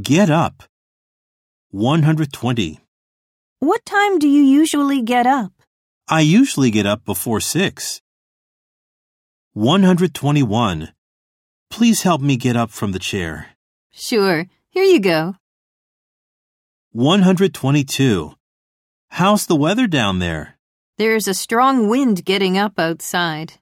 Get up. 120. What time do you usually get up? I usually get up before 6. 121. Please help me get up from the chair. Sure. Here you go. 122. How's the weather down there? There's a strong wind getting up outside.